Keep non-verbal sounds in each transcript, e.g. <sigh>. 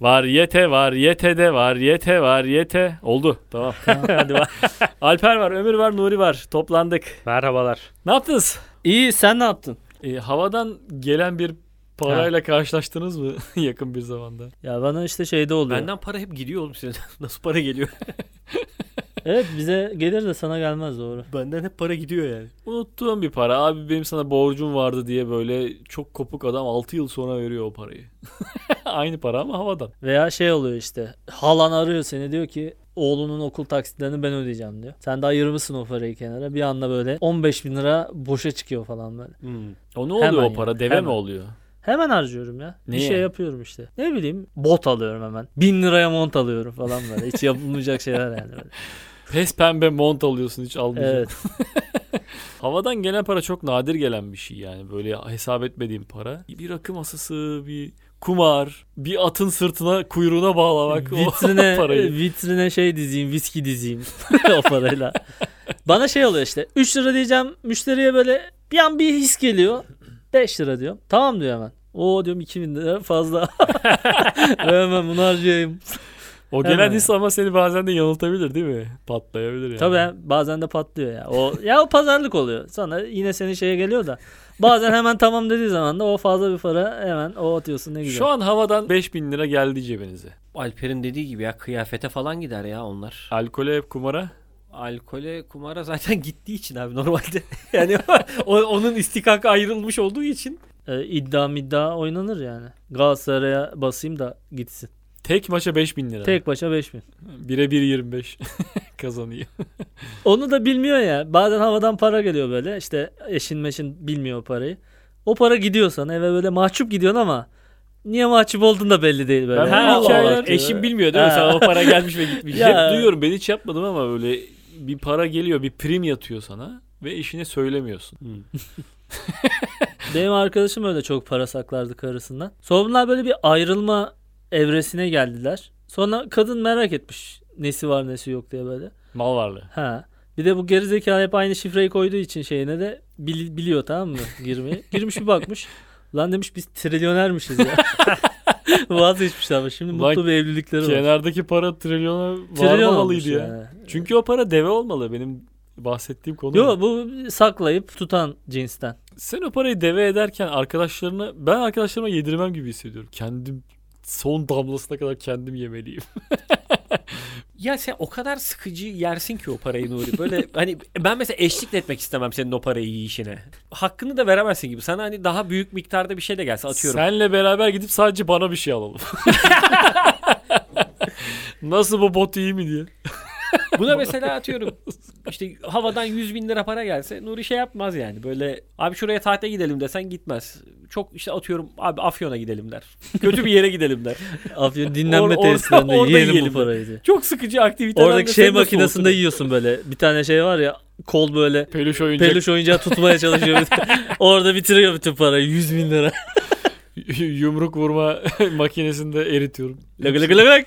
Varyete, varyetede, varyete, varyete. Oldu. Tamam. Hadi bak. Alper var, Ömür var, Nuri var. Toplandık. Merhabalar. Ne yaptınız? İyi sen ne yaptın? E, havadan gelen bir parayla karşılaştınız mı <laughs> yakın bir zamanda? Ya bana işte şeyde oluyor. Benden para hep gidiyor oğlum senin. Nasıl para geliyor? Evet bize gelir de sana gelmez doğru. Benden hep para gidiyor yani. <laughs> Unuttuğum bir para. Abi benim sana borcum vardı diye böyle çok kopuk adam 6 yıl sonra veriyor o parayı. <laughs> Aynı para ama havadan. Veya şey oluyor işte. Halan arıyor seni diyor ki oğlunun okul taksitlerini ben ödeyeceğim diyor. Sen de ayırmışsın o parayı kenara. Bir anda böyle 15 bin lira boşa çıkıyor falan böyle. Hmm. O ne oluyor Hemen o para? yani, Deve hemen. mi oluyor? Hemen harcıyorum ya. Niye? Bir şey yapıyorum işte. Ne bileyim bot alıyorum hemen. Bin liraya mont alıyorum falan böyle. Hiç yapılmayacak şeyler yani <laughs> böyle. Pes pembe mont alıyorsun hiç almayacaksın. Evet. Havadan gelen para çok nadir gelen bir şey yani. Böyle hesap etmediğim para. Bir rakı masası, bir kumar, bir atın sırtına kuyruğuna bağlamak <laughs> o vitrine, parayı. vitrine şey dizeyim, viski dizeyim <laughs> o parayla. Bana şey oluyor işte. 3 lira diyeceğim müşteriye böyle bir an bir his geliyor. 5 lira diyorum. Tamam diyor hemen. O diyorum 2000 lira fazla. <laughs> Ve hemen bunu harcayayım. O gelen Hemen. his ama seni bazen de yanıltabilir değil mi? Patlayabilir yani. Tabii ha, bazen de patlıyor ya. O ya o pazarlık oluyor. Sonra yine senin şeye geliyor da. Bazen hemen tamam dediği zaman da o fazla bir para hemen o atıyorsun ne güzel. Şu an havadan 5000 lira geldi cebinize. Alper'in dediği gibi ya kıyafete falan gider ya onlar. Alkole, kumara. Alkole, kumara zaten <laughs> gittiği için abi normalde. <laughs> yani o- onun istihkaka ayrılmış olduğu için. Ee, iddia middia oynanır yani. Galatasaray'a basayım da gitsin. Tek maça 5000 lira. Tek başa 5000. Bire bir 25 <laughs> kazanıyor. Onu da bilmiyor ya. Bazen havadan para geliyor böyle. İşte eşin meşin bilmiyor o parayı. O para gidiyor sana eve böyle mahcup gidiyorsun ama niye mahcup oldun da belli değil böyle. Ben bu Allah hikayeler- Allah diyor. Eşim bilmiyor değil mi? Ha. Sana o para gelmiş ve <laughs> gitmiş. Ya. Hep duyuyorum ben hiç yapmadım ama böyle bir para geliyor bir prim yatıyor sana ve eşine söylemiyorsun. <laughs> Benim arkadaşım öyle çok para saklardı karısından. Sonra bunlar böyle bir ayrılma evresine geldiler. Sonra kadın merak etmiş nesi var nesi yok diye böyle. Mal varlığı. Ha. Bir de bu gerizekalı hep aynı şifreyi koyduğu için şeyine de bil- biliyor tamam mı girmeyi. Girmiş bir bakmış. Lan demiş biz trilyonermişiz ya. <laughs> Vazgeçmiş ama şimdi Ulan mutlu bir evlilikleri var. Kenardaki para trilyona Trilyon olmuş varmamalıydı ya. yani. Çünkü o para deve olmalı benim bahsettiğim konu. Yo bu saklayıp tutan cinsten. Sen o parayı deve ederken arkadaşlarını ben arkadaşlarıma yedirmem gibi hissediyorum. Kendim son damlasına kadar kendim yemeliyim. Ya sen o kadar sıkıcı yersin ki o parayı Nuri. <laughs> Böyle hani ben mesela eşlik de etmek istemem senin o parayı yiyişine. Hakkını da veremezsin gibi. Sana hani daha büyük miktarda bir şey de gelse atıyorum. Senle beraber gidip sadece bana bir şey alalım. <laughs> Nasıl bu bot iyi mi diye. Buna <laughs> mesela atıyorum işte havadan 100 bin lira para gelse Nuri şey yapmaz yani böyle abi şuraya tatile gidelim desen gitmez. Çok işte atıyorum abi Afyon'a gidelim der. Kötü bir yere <laughs> gidelim der. Afyon dinlenme Or- or- tesislerinde orada yiyelim yiyelim. bu parayı diye. Çok sıkıcı aktiviteler. Oradaki şey makinesinde yiyorsun böyle. Bir tane şey var ya kol böyle Peluş <laughs> oyuncak. peluş oyuncağı tutmaya çalışıyor. <laughs> Orada bitiriyor bütün parayı. 100 bin lira. yumruk vurma <laughs> makinesinde eritiyorum. Lık lık lık lık.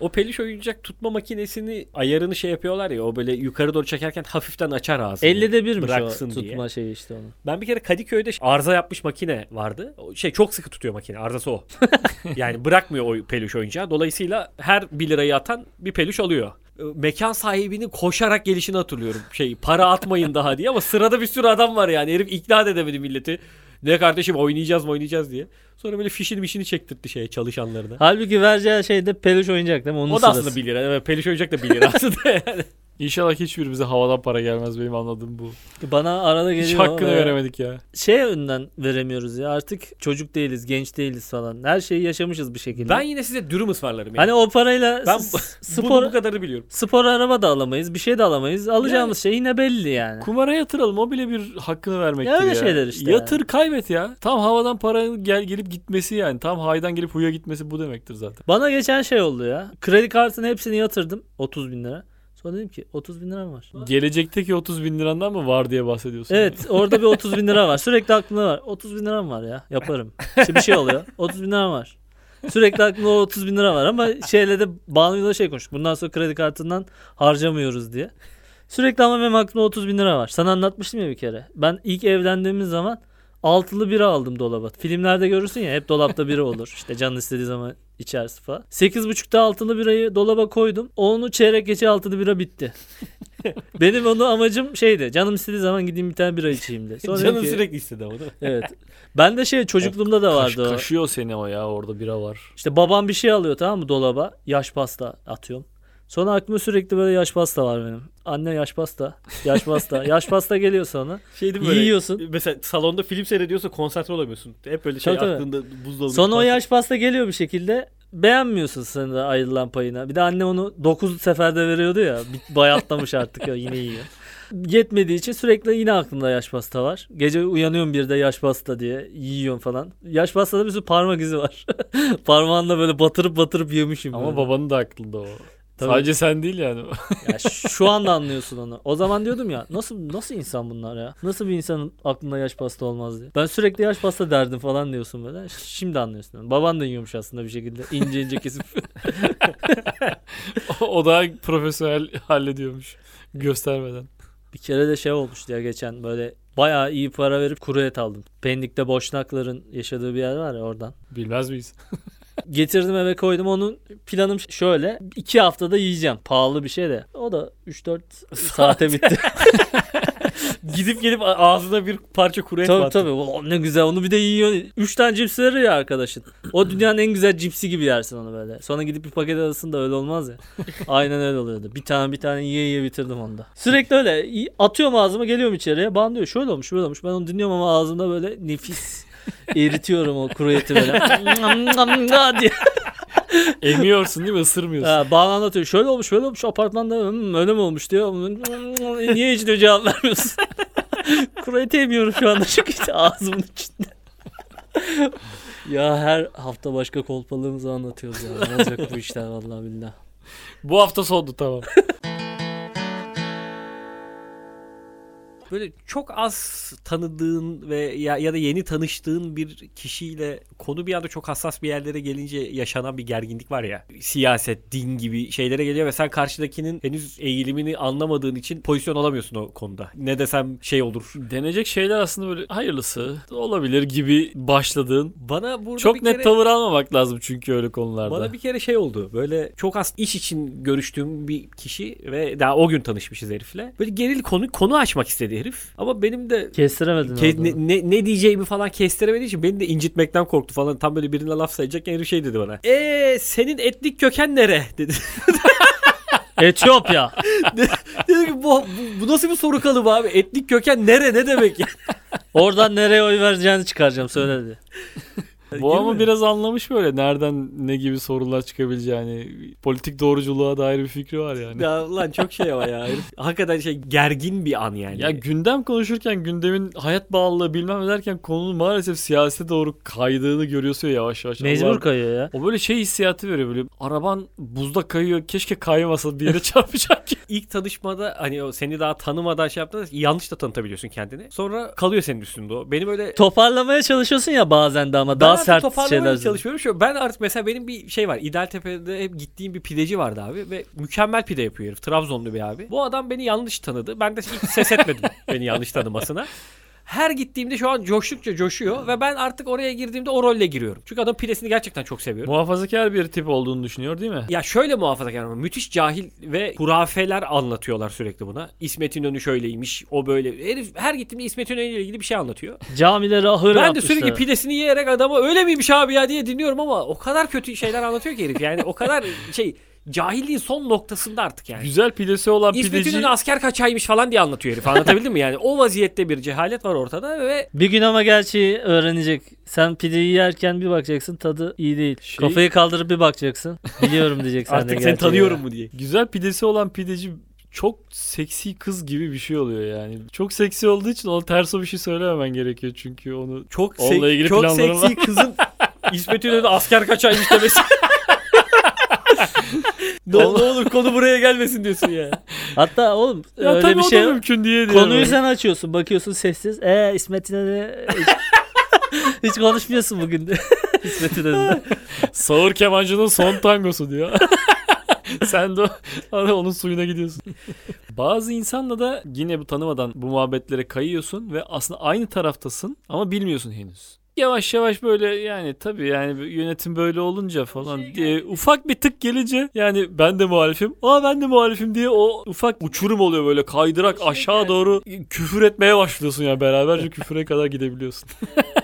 O peluş oyuncak tutma makinesini ayarını şey yapıyorlar ya o böyle yukarı doğru çekerken hafiften açar ağzını. 50'de birmiş Bıraksın o diye. tutma şeyi işte onun. Ben bir kere Kadıköy'de arıza yapmış makine vardı. O Şey çok sıkı tutuyor makine. <laughs> Arızası o. yani bırakmıyor o peluş oyuncağı. Dolayısıyla her 1 lirayı atan bir peluş alıyor. E, Mekan sahibinin koşarak gelişini hatırlıyorum. Şey para atmayın daha diye ama sırada bir sürü adam var yani. Herif ikna da edemedi milleti. Ne kardeşim oynayacağız mı oynayacağız diye. Sonra böyle fişini mişini çektirtti şeye çalışanlarına. Halbuki vereceği şey de peluş oyuncak değil mi? Onun o da sırası. aslında 1 lira. Evet, peluş oyuncak da <laughs> 1 lira aslında yani. İnşallah hiçbirimize havadan para gelmez benim anladığım bu. Bana arada geliyor. Hiç hakkını ve- veremedik ya. Şey önden veremiyoruz ya. Artık çocuk değiliz, genç değiliz falan. Her şeyi yaşamışız bir şekilde. Ben yine size dürüm ısmarlarım yani. Hani o parayla Ben s- Bunu spor bu kadarını biliyorum. spor araba da alamayız, bir şey de alamayız. Alacağımız şey yine belli yani. <laughs> Kumara yatıralım o bile bir hakkını vermektir ya. Ya öyle şeyler işte Yatır kaybet ya. Tam havadan paranın gel gelip gitmesi yani. Tam haydan gelip huya gitmesi bu demektir zaten. Bana geçen şey oldu ya. Kredi kartını hepsini yatırdım. 30 bin lira. Sonra dedim ki 30 bin lira mı var? Gelecekteki 30 bin lirandan mı var diye bahsediyorsun. Evet orada bir 30 bin lira var. Sürekli aklımda var. 30 bin lira mı var ya? Yaparım. İşte bir şey oluyor. 30 bin lira mı var. Sürekli aklımda o 30 bin lira var ama şeyle de Banu'yla şey konuştuk. Bundan sonra kredi kartından harcamıyoruz diye. Sürekli ama benim aklımda 30 bin lira var. Sana anlatmıştım ya bir kere. Ben ilk evlendiğimiz zaman Altılı bira aldım dolaba. Filmlerde görürsün ya hep dolapta bira olur. İşte canın istediği zaman içerisi falan. Sekiz buçukta altılı birayı dolaba koydum. Onu çeyrek geçe altılı bira bitti. <laughs> Benim onu amacım şeydi. Canım istediği zaman gideyim bir tane bira içeyim de. Sonra dedim Canım ki- sürekli istedi ama değil mi? Evet. Ben de şey çocukluğumda da vardı o. Kaşıyor seni o ya orada bira var. İşte babam bir şey alıyor tamam mı dolaba. Yaş pasta atıyorum. Sonra aklıma sürekli böyle yaş pasta var benim. Anne yaş pasta, yaş pasta, yaş pasta geliyor sonra. Şey değil mi böyle? Yiyorsun. Mesela salonda film seyrediyorsa konsantre olamıyorsun. Hep böyle şey Tabii, tabii. aklında buzdolabı. Sonra o falan. yaş pasta geliyor bir şekilde. Beğenmiyorsun sen de ayrılan payına. Bir de anne onu 9 seferde veriyordu ya. Bir Bayatlamış artık ya yine yiyor. Yetmediği için sürekli yine aklında yaş pasta var. Gece uyanıyorum bir de yaş pasta diye yiyorsun falan. Yaş pastada bir sürü parmak izi var. <laughs> Parmağınla böyle batırıp batırıp yemişim. Ama böyle. babanın da aklında o. Tabii. Sadece sen değil yani. <laughs> Ya şu anda anlıyorsun onu. O zaman diyordum ya nasıl nasıl insan bunlar ya? Nasıl bir insanın aklında yaş pasta olmaz diye. Ben sürekli yaş pasta derdim falan diyorsun böyle. Şimdi anlıyorsun. onu. Baban da yiyormuş aslında bir şekilde. ince ince kesip. <laughs> o daha profesyonel hallediyormuş. Göstermeden. bir kere de şey olmuştu ya geçen böyle bayağı iyi para verip kuru et aldım. Pendik'te boşnakların yaşadığı bir yer var ya oradan. Bilmez <laughs> miyiz? Getirdim eve koydum. Onun planım şöyle. iki haftada yiyeceğim. Pahalı bir şey de. O da 3-4 saate bitti. Gidip gelip a- ağzına bir parça kuru et Tabii battı. tabii. O ne güzel. Onu bir de yiyorsun. Üç tane cips verir ya arkadaşın. O dünyanın en güzel cipsi gibi yersin onu böyle. Sonra gidip bir paket alırsın da öyle olmaz ya. Aynen öyle oluyordu. Bir tane bir tane yiye yiye bitirdim onu da. Sürekli öyle. y- Atıyorum ağzıma geliyorum içeriye. Bana diyor şöyle olmuş böyle olmuş. Ben onu dinliyorum ama ağzımda böyle nefis eritiyorum o kuru eti böyle. diye. Emiyorsun değil mi? Isırmıyorsun. Ha, bana Ee, anlatıyor. Şöyle olmuş böyle olmuş apartmanda hmm, öyle mi olmuş diyor. Hmm, Niye hiç diyor cevap vermiyorsun? <laughs> Kuru eti yemiyorum şu anda çünkü işte ağzımın içinde. <laughs> ya her hafta başka kolpalığımızı anlatıyoruz ya. Ne olacak bu işler vallahi billah. Bu hafta sondu tamam. Böyle çok az tanıdığın ve ya, ya da yeni tanıştığın bir kişiyle konu bir anda çok hassas bir yerlere gelince yaşanan bir gerginlik var ya. Siyaset, din gibi şeylere geliyor ve sen karşıdakinin henüz eğilimini anlamadığın için pozisyon alamıyorsun o konuda. Ne desem şey olur. Denecek şeyler aslında böyle hayırlısı olabilir gibi başladığın. Bana burada Çok bir net kere- tavır almamak lazım çünkü öyle konularda. Bana bir kere şey oldu. Böyle çok az iş için görüştüğüm bir kişi ve daha o gün tanışmışız herifle. Böyle geril konu konu açmak istedi herif. Ama benim de Kestiremedin ke- orada. ne, ne, ne diyeceğimi falan kestiremediği için beni de incitmekten korktu falan. Tam böyle birine laf sayacakken herif şey dedi bana. Eee senin etnik köken nere? <laughs> dedi. Etiyopya. Dedim ki, bu, bu, bu nasıl bir soru kalıbı abi? Etnik köken nere ne demek ya? <laughs> Oradan nereye oy vereceğini çıkaracağım söyledi. Bu ama Girme. biraz anlamış böyle nereden ne gibi sorular çıkabileceğini. Politik doğruculuğa dair bir fikri var yani. Ya, ya lan çok şey ama <laughs> ya. Herif- Hakikaten şey gergin bir an yani. gündem konuşurken gündemin hayat bağlılığı bilmem ne derken konunun maalesef siyasete doğru kaydığını görüyorsun ya yavaş yavaş. Mecbur Allah'ım. kayıyor ya. O böyle şey hissiyatı veriyor böyle araban buzda kayıyor keşke kaymasa bir yere <laughs> çarpacak ki. İlk tanışmada hani o seni daha tanımadan şey yaptığında yanlış da tanıtabiliyorsun kendini. Sonra kalıyor senin üstünde o. Benim öyle Toparlamaya çalışıyorsun ya bazen de ama Ben daha artık sert toparlamaya şeyler. çalışıyorum. Şöyle, ben artık mesela benim bir şey var. İdealtepe'de hep gittiğim bir pideci vardı abi ve mükemmel pide yapıyor herif. Trabzonlu bir abi. Bu adam beni yanlış tanıdı. Ben de hiç <laughs> ses etmedim beni yanlış tanımasına. Her gittiğimde şu an coştukça coşuyor ve ben artık oraya girdiğimde o rolle giriyorum. Çünkü adam pidesini gerçekten çok seviyorum. Muhafazakar bir tip olduğunu düşünüyor değil mi? Ya şöyle muhafazakar ama müthiş cahil ve hurafeler anlatıyorlar sürekli buna. İsmet İnönü şöyleymiş, o böyle. Herif her gittiğimde İsmet İnönü ile ilgili bir şey anlatıyor. Camileri ahır ben de yapmışlar. sürekli pidesini yiyerek adama öyle miymiş abi ya diye dinliyorum ama o kadar kötü şeyler anlatıyor ki herif. Yani <laughs> o kadar şey cahilliğin son noktasında artık yani. Güzel pidesi olan İsmet pideci İnönü asker kaçaymış falan diye anlatıyor herif. Anlatabildim mi? Yani o vaziyette bir cehalet var ortada ve Bir gün ama gerçeği öğrenecek. Sen pideyi yerken bir bakacaksın tadı iyi değil. Şey- Kafayı kaldırıp bir bakacaksın. Biliyorum diyecek sen de artık seni gerçeği. tanıyorum mu diye. Güzel pidesi olan pideci çok seksi kız gibi bir şey oluyor yani. Çok seksi olduğu için ona ters o bir şey söylememen gerekiyor çünkü onu Çok, Onunla sek- ilgili şey çok planlarım seksi kızın İsmet İnönü asker <laughs> kaçaymış demesi. ne, ne olur konu buraya gelmesin diyorsun ya. <laughs> Hatta oğlum ya öyle tabii bir o şey da yok. mümkün diye diye. Konuyu böyle. sen açıyorsun. Bakıyorsun sessiz. Ee İsmet İnönü <laughs> hiç, hiç konuşmuyorsun bugün de. <laughs> İsmet İnönü'nde. Sağır <laughs> kemancının son tangosu diyor. sen de ara onun suyuna gidiyorsun. Bazı insanla da yine bu tanımadan bu muhabbetlere kayıyorsun ve aslında aynı taraftasın ama bilmiyorsun henüz. Yavaş yavaş böyle yani tabii yani yönetim böyle olunca falan diye ufak bir tık gelince yani ben de muhalifim. Aa ben de muhalifim diye o ufak uçurum oluyor böyle kaydırak aşağı doğru küfür etmeye başlıyorsun ya yani beraberce küfüre kadar gidebiliyorsun.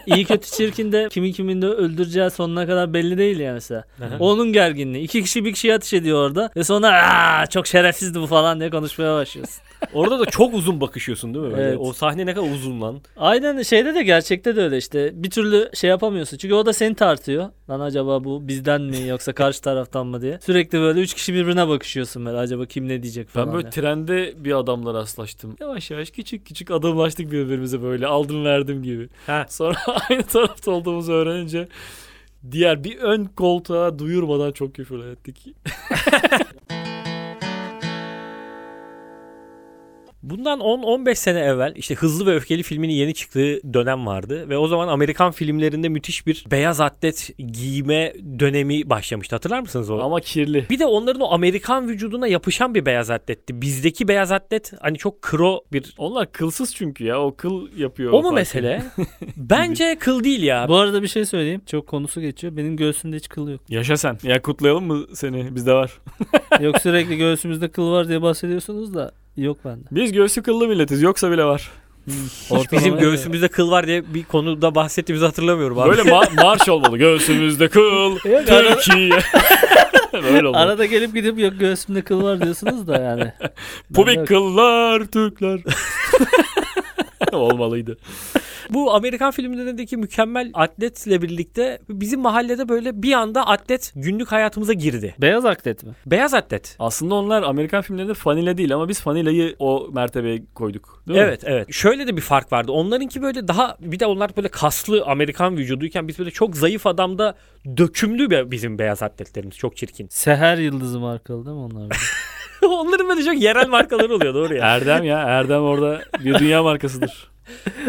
İyi kötü çirkin de kimin kimin de öldüreceği sonuna kadar belli değil ya mesela. Onun gerginliği. İki kişi bir kişiye ateş ediyor orada ve sonra Aa, çok şerefsizdi bu falan diye konuşmaya başlıyorsun. Orada da çok uzun bakışıyorsun değil mi? Böyle Evet. O sahne ne kadar uzun lan. <laughs> Aynen şeyde de gerçekte de öyle işte. Bir türlü şey yapamıyorsun. Çünkü o da seni tartıyor. Lan acaba bu bizden mi yoksa karşı taraftan mı diye. Sürekli böyle üç kişi birbirine bakışıyorsun böyle acaba kim ne diyecek falan. Ben böyle diye. trende bir adamla rastlaştım. Yavaş yavaş küçük küçük adımlaştık birbirimize böyle aldım verdim gibi. Ha. Sonra <laughs> aynı tarafta olduğumuzu öğrenince diğer bir ön koltuğa duyurmadan çok küfür ettik. Bundan 10-15 sene evvel işte Hızlı ve Öfkeli filminin yeni çıktığı dönem vardı ve o zaman Amerikan filmlerinde müthiş bir beyaz atlet giyme dönemi başlamıştı. Hatırlar mısınız o? Ama kirli. Bir de onların o Amerikan vücuduna yapışan bir beyaz atletti. Bizdeki beyaz atlet hani çok kro bir Onlar kılsız çünkü ya o kıl yapıyor. o mu fark mesele? <laughs> <laughs> Bence kıl değil ya. Bu arada bir şey söyleyeyim. Çok konusu geçiyor. Benim göğsümde hiç kıl yok. Yaşa sen. Ya kutlayalım mı seni? Bizde var. Yok sürekli göğsümüzde kıl var diye bahsediyorsunuz da yok bende. Biz göğsü kıllı milletiz. Yoksa bile var. Bizim göğsümüzde kıl var diye bir konuda bahsettiğimizi hatırlamıyorum abi. Böyle ma- marş olmalı. Göğsümüzde kıl. E, Yok, ara- <laughs> Türkiye. Böyle olmalı. arada gelip gidip yok göğsümde kıl var diyorsunuz da yani. <laughs> Bende Pubik yok. kıllar Türkler. Olmalıydı. <laughs> Bu Amerikan filmlerindeki mükemmel atletle birlikte bizim mahallede böyle bir anda atlet günlük hayatımıza girdi. Beyaz aklet mi? Beyaz atlet. Aslında onlar Amerikan filmlerinde fanile değil ama biz fanileyi o mertebeye koyduk. Değil mi? evet evet. Şöyle de bir fark vardı. Onlarınki böyle daha bir de onlar böyle kaslı Amerikan vücuduyken biz böyle çok zayıf adamda dökümlü be- bizim beyaz atletlerimiz çok çirkin. <laughs> Seher Yıldızı markalı değil mi onlar? bir de? Onların böyle çok yerel markaları oluyor doğru ya. Erdem ya. Erdem orada bir dünya <laughs> markasıdır.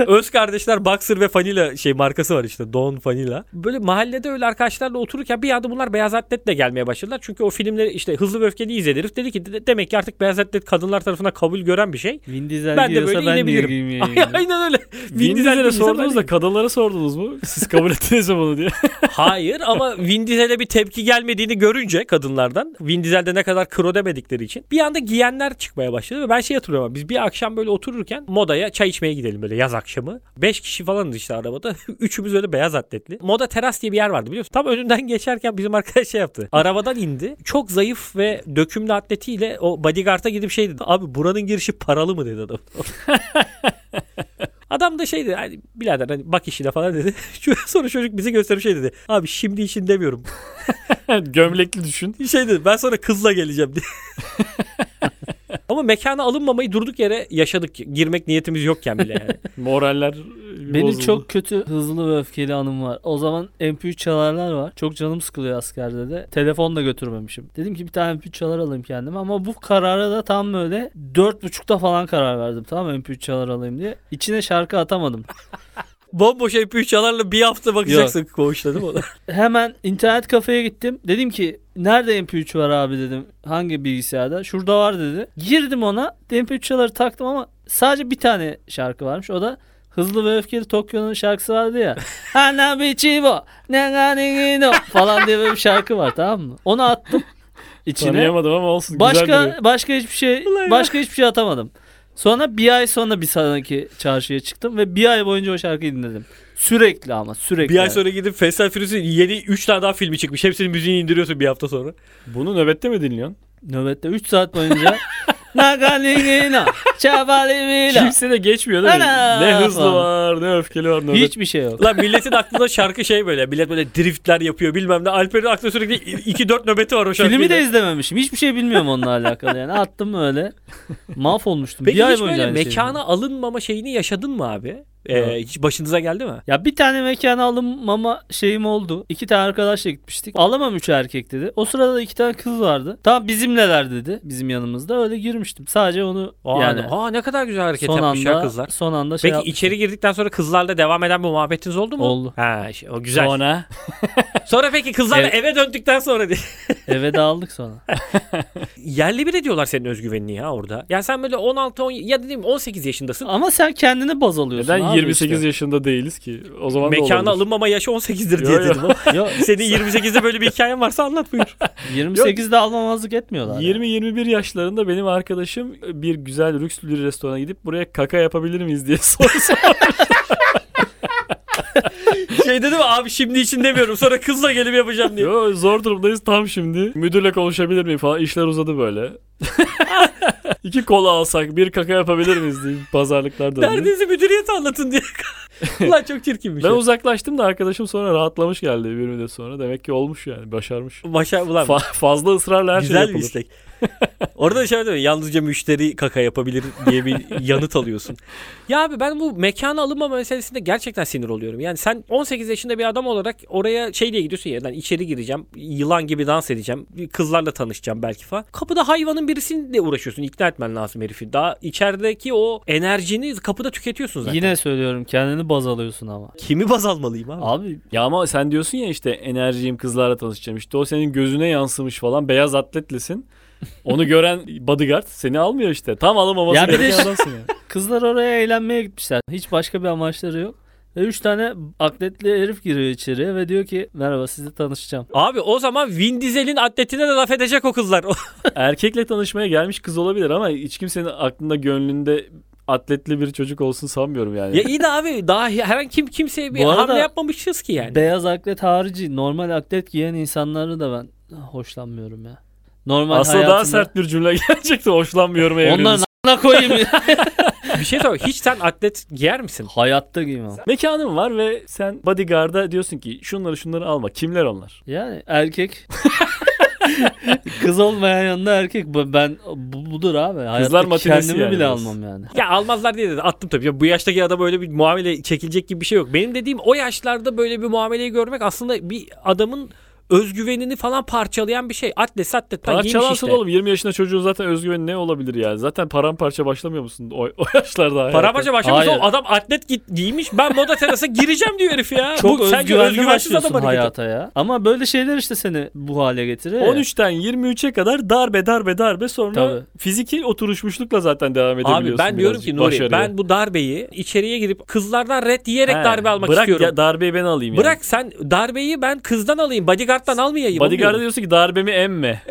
Öz kardeşler Boxer ve Fanila şey markası var işte Don Fanila. Böyle mahallede öyle arkadaşlarla otururken bir anda bunlar beyaz atletle gelmeye başladılar. Çünkü o filmleri işte Hızlı ve Öfkeli izledi herif. Dedi ki "De- demek ki artık beyaz atlet kadınlar tarafından kabul gören bir şey. Vin Diesel Ben de giyiyorsa böyle ben niye inebilirim. giymeyeyim? <laughs> Aynen öyle. Ee, Vin Diesel'e Diesel'e giysem sordunuz da ben- kadınlara sordunuz mu? Siz kabul ettiniz mi <laughs> bunu diye. Hayır ama Vin Diesel'e bir tepki gelmediğini görünce kadınlardan Vin Diesel'de ne kadar kro demedikleri için bir anda giyenler çıkmaya başladı ve ben şey hatırlıyorum abi, biz bir akşam böyle otururken modaya çay içmeye gidelim böyle yaz akşamı. 5 kişi falanız işte arabada. <laughs> Üçümüz öyle beyaz atletli. Moda teras diye bir yer vardı biliyorsun. Tam önünden geçerken bizim arkadaş şey yaptı. Arabadan indi. Çok zayıf ve dökümlü atletiyle o bodyguard'a gidip şey dedi. Abi buranın girişi paralı mı dedi adam. <laughs> Adam da şey dedi hani birader hani bak işine falan dedi. <laughs> Sonra çocuk bizi gösterip şey dedi. Abi şimdi <laughs> için demiyorum. Gömlekli düşün. Şey dedi ben sonra kızla geleceğim diye. <laughs> Ama mekana alınmamayı durduk yere yaşadık. Girmek niyetimiz yokken <laughs> bile yani. Moraller e, Benim bozuldu. çok kötü hızlı ve öfkeli anım var. O zaman MP3 çalarlar var. Çok canım sıkılıyor askerde de. Telefon da götürmemişim. Dedim ki bir tane MP3 çalar alayım kendime ama bu karara da tam böyle 4.30'da falan karar verdim. Tamam mı? MP3 çalar alayım diye. İçine şarkı atamadım. Bomboş MP3 çalarla bir hafta bakacaksın koğuşta değil mi? Hemen internet kafeye gittim. Dedim ki nerede MP3 var abi dedim. Hangi bilgisayarda? Şurada var dedi. Girdim ona. MP3 çaları taktım ama sadece bir tane şarkı varmış. O da Hızlı ve Öfkeli Tokyo'nun şarkısı vardı <laughs> ya. Hana bichibo, naganigino falan diye böyle bir şarkı var tamam mı? Onu <laughs> attım içine. Tanıyamadım ama olsun. Güzel duruyor. Başka başka hiçbir şey başka hiçbir şey atamadım. Sonra bir ay sonra bir sonraki çarşıya çıktım ve bir ay boyunca o şarkıyı dinledim. Sürekli ama sürekli. bir ay yani. sonra gidip Fast and Furious'un yeni 3 tane daha filmi çıkmış. Hepsinin müziğini indiriyorsun bir hafta sonra. Bunu nöbette mi dinliyorsun? Nöbette 3 saat <laughs> boyunca Nagalina, Çabalimina. Kimse de geçmiyor değil mi? Ana! Ne hızlı Falan. var ne öfkeli var nöbet. Hiçbir şey yok. Lan milletin aklında şarkı şey böyle. Millet böyle driftler yapıyor bilmem ne. Alper'in aklında sürekli 2-4 nöbeti var o şarkıyla. Filmi de izlememişim. Hiçbir şey bilmiyorum onunla alakalı yani. Attım öyle. Mahvolmuştum. Peki bir ay hiç boyunca böyle aynı şeyi mekana alınmama şeyini yaşadın mı abi? Ee, Evet. hiç başınıza geldi mi? Ya bir tane mekana alınmama şeyim oldu. İki tane arkadaşla gitmiştik. Alamam üç erkek dedi. O sırada da iki tane kız vardı. Tamam bizimleler dedi. Bizim yanımızda. Öyle girmiştim. Sadece onu Aa, yani aa ne kadar güzel hareket son yapmış anda, ya kızlar. son anda şey Peki yapmıştım. içeri girdikten sonra kızlarla devam eden bir muhabbetiniz oldu mu? Oldu. Ha, şey- o güzel. <laughs> Sonra, Sonra peki kızlarla Evet. eve döndükten sonra diye. Eve dağıldık sonra. <laughs> Yerli bir ediyorlar senin özgüvenini ya orada. Ya sen böyle 16 10 ya da değil mi 18 yaşındasın. Ama sen kendini baz alıyorsun. neden abi 28 işte. yaşında değiliz ki? O zaman da Mekana olabilir. alınmama yaşı 18'dir diye Yo, yo. dedim. <laughs> ama Yok, Senin 28'de böyle bir hikayen varsa anlat buyur. 28'de almamazlık etmiyorlar. yani. 20-21 yaşlarında benim arkadaşım bir güzel lüks bir restorana gidip buraya kaka yapabilir miyiz diye <laughs> sorsa. Şey dedim abi şimdi için demiyorum sonra kızla gelip Hani- yapacağım diye. Yo, zor durumdayız tam şimdi. Müdürle konuşabilir miyim falan. İşler uzadı <laughs> böyle. İki kola alsak bir kaka yapabilir miyiz diye pazarlıklar döndü. Derdinizi müdüriyete anlatın diye. <laughs> Ulan çok çirkin bir Ben şey. uzaklaştım da arkadaşım sonra rahatlamış geldi bir müddet sonra. Demek ki olmuş yani başarmış. Başa, ulan Fa- fazla ısrarla her şey güzel bir yapılır. istek. Orada da şöyle diyor, yalnızca müşteri kaka yapabilir diye <laughs> bir yanıt alıyorsun. Ya abi ben bu mekana alınmama meselesinde gerçekten sinir oluyorum. Yani sen 18 yaşında bir adam olarak oraya şey diye gidiyorsun ya lan içeri gireceğim, yılan gibi dans edeceğim, kızlarla tanışacağım belki falan. Kapıda hayvanın birisiyle uğraşıyorsun, ikna etmen lazım herifi. Daha içerideki o enerjini kapıda tüketiyorsun zaten. Yine söylüyorum kendini baz alıyorsun ama. Kimi baz almalıyım abi? Abi Ya ama sen diyorsun ya işte enerjiyim kızlarla tanışacağım. İşte o senin gözüne yansımış falan beyaz atletlisin. Onu gören bodyguard seni almıyor işte. Tam alamaması Ya bir de gereken şu- adamsın ya. kızlar oraya eğlenmeye gitmişler. Hiç başka bir amaçları yok. Ve 3 tane atletli herif giriyor içeriye ve diyor ki merhaba sizle tanışacağım. Abi o zaman Vin Diesel'in atletine de laf edecek o kızlar. Erkekle tanışmaya gelmiş kız olabilir ama hiç kimsenin aklında gönlünde atletli bir çocuk olsun sanmıyorum yani. ya iyi de abi daha hemen kim kimseye bir Bu arada- hamle yapmamışız ki yani. Beyaz atlet harici normal atlet giyen insanları da ben hoşlanmıyorum ya. Normal Aslında hayatında. daha sert bir cümle <laughs> gelecekti. Hoşlanmıyorum evreniniz. Onların a**ına koyayım ya. <laughs> Bir şey sor. Hiç sen atlet giyer misin? Hayatta giymem. Mekanım var ve sen bodyguard'a diyorsun ki şunları şunları alma. Kimler onlar? Yani erkek. Kız olmayan yanında erkek. Bu- Ben bu, budur abi. Hayatta matinesi kendimi yani bile biraz. almam yani. Ya almazlar diye de attım tabii. Ya bu yaştaki adam öyle bir muamele çekilecek gibi bir şey yok. Benim dediğim o yaşlarda böyle bir muameleyi görmek aslında bir adamın özgüvenini falan parçalayan bir şey. Atlet atlet. lan giymiş Parçalansın işte. oğlum. 20 yaşında çocuğun zaten özgüveni ne olabilir yani? Zaten paramparça başlamıyor musun o, o yaşlarda? hayata? Paramparça başlamış Hayır. oğlum. Adam atlet git, giymiş. Ben moda terasa gireceğim diyor herif ya. Çok sence özgüvenli başlıyorsun adam hareketi. hayata ya. Ama böyle şeyler işte seni bu hale getiriyor ya. 13'ten 23'e kadar darbe darbe darbe sonra Tabii. fiziki oturuşmuşlukla zaten devam edebiliyorsun. Abi ben diyorum birazcık ki Nuri başarıya. ben bu darbeyi içeriye girip kızlardan ret yiyerek He, darbe almak bırak istiyorum. ya darbeyi ben alayım Bırak sen darbeyi ben kızdan alayım. Bodyguard'dan almayayım. yani. Bodyguard'a olmuyor. diyorsun ki darbemi emme.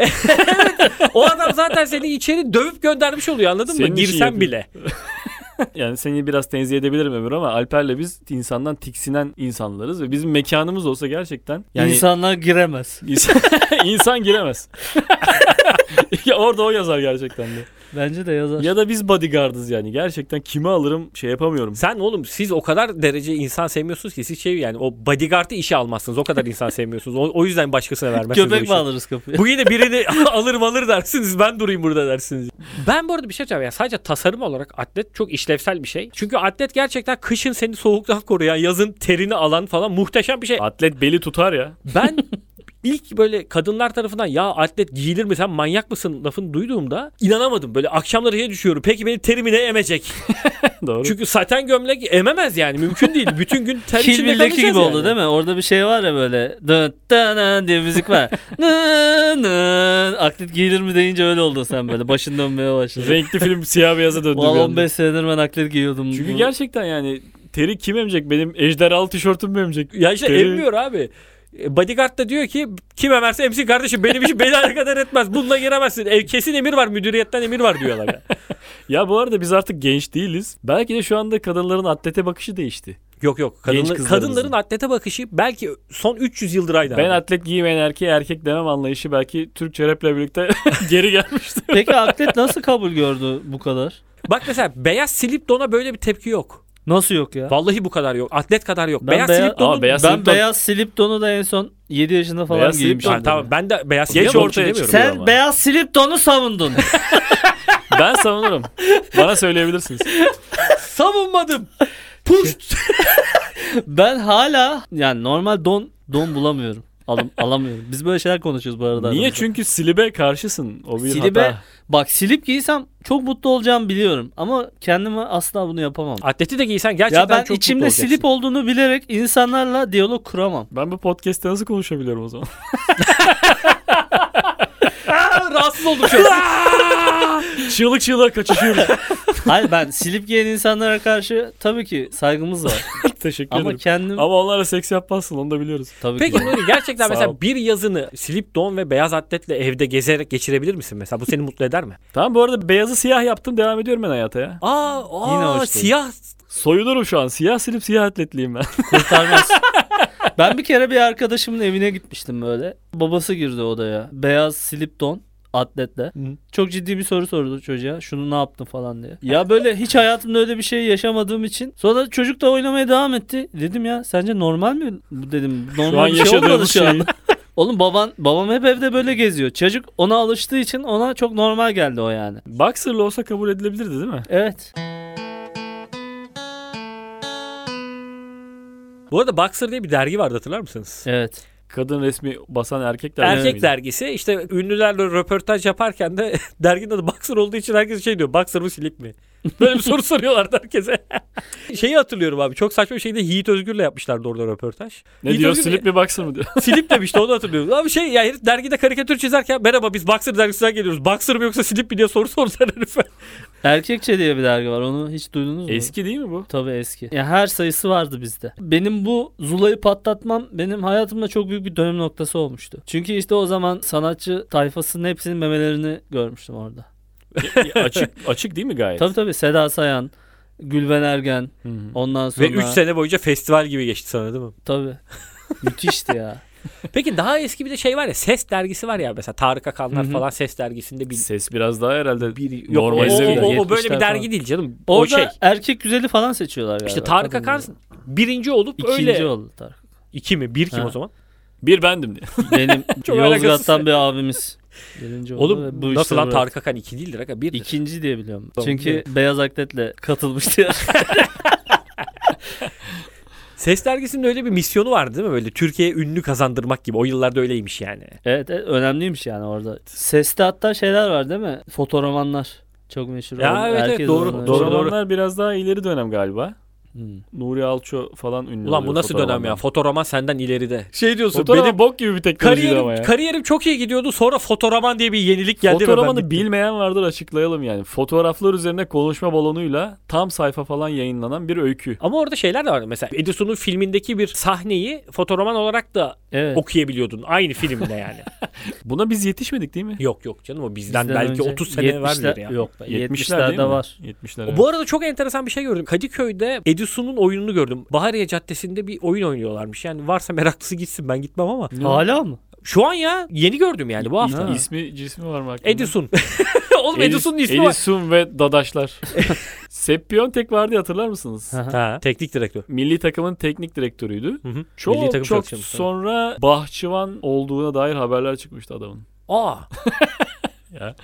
O adam zaten seni içeri dövüp göndermiş oluyor anladın Senin mı? işin Girsen yapıyor. bile. Yani seni biraz tenzih edebilirim Ömür ama Alper'le biz insandan tiksinen insanlarız ve bizim mekanımız olsa gerçekten yani İnsanlar giremez. insan, <laughs> insan <laughs> giremez. ya orada o yazar gerçekten de. Bence de yazar. Ya da biz bodyguardız yani. Gerçekten kimi alırım şey yapamıyorum. Sen oğlum siz o kadar derece insan sevmiyorsunuz ki siz şey yani o bodyguard'ı işe almazsınız. O kadar insan sevmiyorsunuz. O, o yüzden başkasına vermezsiniz. o Köpek işi. bağlarız kapıya. Bu yine birini <laughs> alır alır dersiniz. Ben durayım burada dersiniz. Ben bu arada bir şey söyleyeceğim. Yani sadece tasarım olarak atlet çok işlevsel bir şey. Çünkü atlet gerçekten kışın seni soğuktan koruyan, yazın terini alan falan muhteşem bir şey. Atlet beli tutar ya. Ben ilk böyle kadınlar tarafından ya atlet giyilir mi sen manyak mısın lafını duyduğumda inanamadım. Böyle akşamları şey düşüyorum. Peki benim terimi ne emecek? Doğru. Çünkü saten gömlek ememez yani. Mümkün değil. Bütün gün ter Kill içinde Bill'deki gibi kalacağız yani. oldu değil mi? Orada bir şey var ya böyle. Dın dın dın diye müzik <laughs> var. Nın nın. Aklit giyilir mi deyince öyle oldu sen böyle. Başın dönmeye başladı. Renkli film siyah beyaza döndü. bir Valla anda. 15 senedir ben aklit giyiyordum. Çünkü Bu- gerçekten yani teri kim emecek? Benim ejderhalı tişörtüm mü emecek? Ya işte Teri- emmiyor abi. E, Bodyguard da diyor ki kim emerse emsin kardeşim benim işim beni <laughs> alakadar etmez. Bununla giremezsin. E, kesin emir var müdüriyetten emir var diyorlar. ya. Ya bu arada biz artık genç değiliz. Belki de şu anda kadınların atlete bakışı değişti. yok yok. Kadınla- kızlarımızın. kadınların atlete bakışı belki son 300 yıldır aynı. Ben abi. atlet giymeyen erkeğe erkek demem anlayışı belki Türkçe rap'le birlikte <laughs> geri gelmişti. Peki aklit nasıl kabul gördü bu kadar? Bak mesela beyaz slip dona böyle bir tepki yok. Nasıl yok ya? Vallahi bu kadar yok. Atlet kadar yok. Ben beyaz, beya- slip donun Aa, beyaz ben slip don- beyaz slip donu da en son 7 yaşında falan Beyaz slip giymiştim. don- Ha, tamam ben de beyaz Geç slip don ortaya için çık. demiyorum. Sen ama. beyaz slip donu savundun. ben savunurum. Bana söyleyebilirsiniz. <laughs> Savunmadım. Push. <laughs> ben hala yani normal don don bulamıyorum. Alım, alamıyorum. Biz böyle şeyler konuşuyoruz bu arada. Niye? aramızda. Çünkü silibe karşısın. O bir Silibe- hata. Bak silip giysem çok mutlu olacağım biliyorum. Ama kendime asla bunu yapamam. Atleti de giysen gerçekten Ya ben çok içimde silip olduğunu bilerek insanlarla diyalog <laughs> kuramam. Ben bu podcast'te nasıl konuşabiliyorum o zaman? rahatsız oldum şu an. <laughs> çığlık çığlığa kaçışıyoruz. <laughs> Hayır ben silip giyen insanlara karşı tabii ki saygımız var. <laughs> Teşekkür Ama ederim. kendim Ama onlara seks yapmazsın onu da biliyoruz. tabii Peki ki. Nuri <laughs> gerçekten Sağ mesela ol. bir yazını silip don ve beyaz atletle evde gezerek geçirebilir misin mesela? Bu seni mutlu <laughs> eder mi? Tamam bu arada beyazı siyah yaptım devam ediyorum ben hayata ya. Aa, Yine hoş Yine değil. siyah Soyulurum şu an. Siyah silip siyah atletliyim ben. <laughs> kurtarmaz. ben bir kere bir arkadaşımın evine gitmiştim böyle. Babası girdi odaya. Beyaz slip don atletle. Çok ciddi bir soru sordu çocuğa. Şunu ne yaptın falan diye. <laughs> Ya böyle hiç hayatımda öyle bir şey yaşamadığım için. Sonra çocuk da oynamaya devam etti. Dedim ya sence normal mi? Bu dedim. Şu an Normal bir şey olmadı yaşadığımız şu şey. anda. <laughs> Oğlum baban babam hep evde böyle geziyor. Çocuk ona alıştığı için ona çok normal geldi o yani. Boxer'lı olsa kabul edilebilirdi değil mi? Evet. Bu arada Boxer diye bir dergi vardı hatırlar mısınız? Evet. Kadın resmi basan erkek dergisi Erkek miydi? dergisi işte ünlülerle röportaj yaparken de <laughs> derginin adı Boxer olduğu için herkes şey diyor Boxer mı silip <laughs> mi? Böyle bir soru soruyorlardı herkese. <laughs> Şeyi hatırlıyorum abi çok saçma bir şekilde Yiğit Özgür'le yapmışlardı orada röportaj. Ne Yiğit diyor Özgür- slip mi boxer mı diyor. Silip demişti onu hatırlıyorum. Abi şey ya herif dergide karikatür çizerken merhaba biz Boxer dergisinden geliyoruz. Boxer mı yoksa silip mi diye soru sordular herife. Erkekçe diye bir dergi var. Onu hiç duydunuz mu? Eski değil mi <laughs> bu? Tabii eski. Ya her sayısı vardı bizde. Benim bu Zula'yı patlatmam benim hayatımda çok büyük bir dönüm noktası olmuştu. Çünkü işte o zaman sanatçı tayfasının hepsinin memelerini görmüştüm orada. açık açık değil mi gayet? Tabii tabii Seda Sayan, Gülben Ergen, Hı hı. ondan sonra Ve 3 sene boyunca festival gibi geçti sana değil mi? <laughs> tabii. Müthişti ya. Peki daha eski bir de şey var ya ses dergisi var ya mesela Tarık Akanlar Hı hı. falan ses dergisinde bir... Ses biraz daha herhalde bir Yok, o, normalize bir o- o- o böyle bir 70'ler dergi falan. değil canım. o Orada şey. erkek güzeli falan seçiyorlar galiba. İşte Tarık Kadın Akan güzeli. birinci olup ikinci öyle. oldu Tarık. İki mi? Bir kim Ha. o zaman? bir bendim diye. Benim <laughs> Çok alakasız. şey. Yozgat'tan bir abimiz. Birinci oldu Oğlum ve bu nasıl işte lan bırak- Tarık Akan iki değildir. Aga, birdir. İkinci diye biliyorum. Tamam, Çünkü evet. beyaz atletle katılmıştı ya. Ses dergisinin öyle bir misyonu vardı değil mi? Böyle Türkiye'ye ünlü kazandırmak gibi. O yıllarda öyleymiş yani. Evet, evet, önemliymiş yani orada. Seste hatta şeyler var değil mi? Fotoromanlar. Çok meşhur. Ya oldu. evet, evet, Herkes doğru, onu- doğru, Doğru, doğru. biraz daha ileri dönem galiba. Hmm. Nuri Alço falan ünlü. Ulan bu oluyor nasıl dönem ya? fotoğraflardan. Fotoroman senden ileride. Şey diyorsun Fotoğraf benim bok gibi bir teknoloji ama ya. kariyerim, kariyerim çok iyi gidiyordu. Sonra fotoroman diye bir yenilik geldi. ve ben Fotoğrafını bittim. bilmeyen vardır açıklayalım yani. Fotoğraflar üzerine konuşma balonuyla tam sayfa falan yayınlanan bir öykü. Ama orada şeyler de vardı. Mesela Edison'un filmindeki bir sahneyi fotoroman olarak da Evet. okuyabiliyordun. Aynı filmde <laughs> yani. Buna biz yetişmedik değil mi? yok yok canım o bizden, Bizden belki önce 30 sene 70'ler vardır ya. Yok, 70'lerde, değil mi? var. 70'ler. evet. Bu arada çok enteresan bir şey gördüm. Kadıköy'de Edison'un oyununu gördüm. Bahariye Caddesi'nde bir oyun oynuyorlarmış. Yani varsa meraklısı gitsin ben gitmem ama. Hala mı? Şu an ya yeni gördüm yani bu hafta. Ha. İsmi cismi var mı hakkında? Edison. <laughs> Oğlum Edison'un ismi var. Edison ve <laughs> Dadaşlar. Seppion tek vardı ya, hatırlar mısınız? Ha, teknik direktör. Milli takımın teknik direktörüydü. Hı hı. Çok Milli takım çok çalışıyormuş. sonra bahçıvan olduğuna dair haberler çıkmıştı adamın. Aa. <laughs> Ya.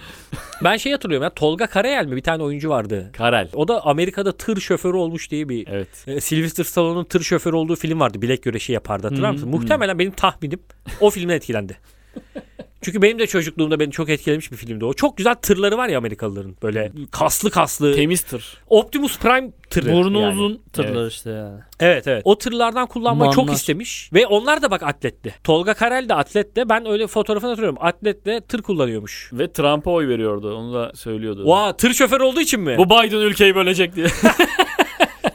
ben şey hatırlıyorum ya Tolga Karayel mi bir tane oyuncu vardı. Karel. O da Amerika'da tır şoförü olmuş diye bir Evet. e, Sylvester Stallone'un tır şoförü olduğu film vardı. Bilek güreşi yapardı hatırlar Hı hı, mısın? Muhtemelen benim tahminim o filmden <laughs> etkilendi. Çünkü benim de çocukluğumda beni çok etkilemiş bir filmdi o. Çok güzel tırları var ya Amerikalıların. Böyle kaslı kaslı. Temiz tır. Optimus Prime tırı. Burnu yani. uzun tırlar Evet. işte yani. Evet evet. O tırlardan kullanmayı çok Manlar. istemiş. Ve onlar da bak atletti. Tolga Karel de atletti. Ben öyle fotoğrafını hatırlıyorum. Atletle tır kullanıyormuş. Ve Trump'a oy veriyordu. Onu da söylüyordu. Vaa tır şoförü olduğu için mi? <laughs> Bu Biden ülkeyi bölecek diye. <laughs>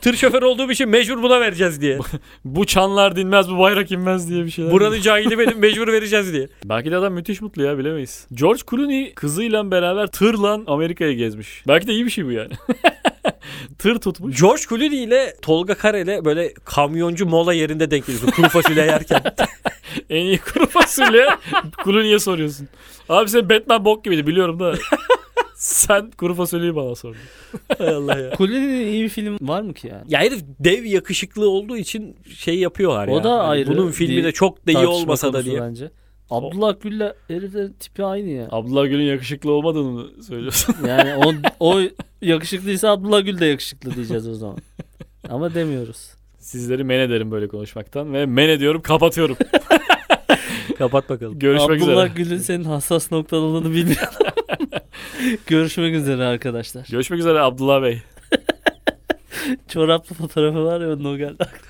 tır şoförü olduğum için mecbur buna <laughs> vereceğiz diye. bu çanlar dinmez, bu bayrak inmez diye bir şeyler. Buranın cahili benim mecbur vereceğiz diye. Belki de adam müthiş mutlu ya bilemeyiz. George Clooney kızıyla beraber tırla Amerika'ya gezmiş. Belki de iyi bir şey bu yani. <laughs> tır tutmuş. George Clooney ile Tolga Karel'e böyle kamyoncu mola yerinde denk geliyorsun. Kuru <laughs> fasulye yerken. En iyi kuru <laughs> fasulye Clooney'e soruyorsun. Abi sen Batman bok gibiydi biliyorum <laughs> da. sen kuru fasulyeyi bana sordun. Hay Allah ya. Kule'nin iyi bir film var mı ki yani? Ya herif dev yakışıklı olduğu için şey yapıyorlar O ya. da Hani ayrı Bunun filmi bir de çok da iyi Tartışma olmasa da konusu diye. Bence. Abdullah Gül'le heriflerin tipi aynı ya. Abdullah Gül'ün yakışıklı olmadığını <laughs> mı söylüyorsun? <laughs> Yani o, o yakışıklıysa Abdullah Gül de yakışıklı diyeceğiz o zaman. Ama demiyoruz. Sizleri men ederim böyle konuşmaktan ve men ediyorum kapatıyorum. Kapat bakalım. Görüşmek Abdullah üzere. Gül'ün senin hassas <laughs> noktalarını bilmiyorum. Görüşmek üzere arkadaşlar. Görüşmek üzere Abdullah Bey. Çoraplı fotoğrafı var ya onun o geldi aklıma.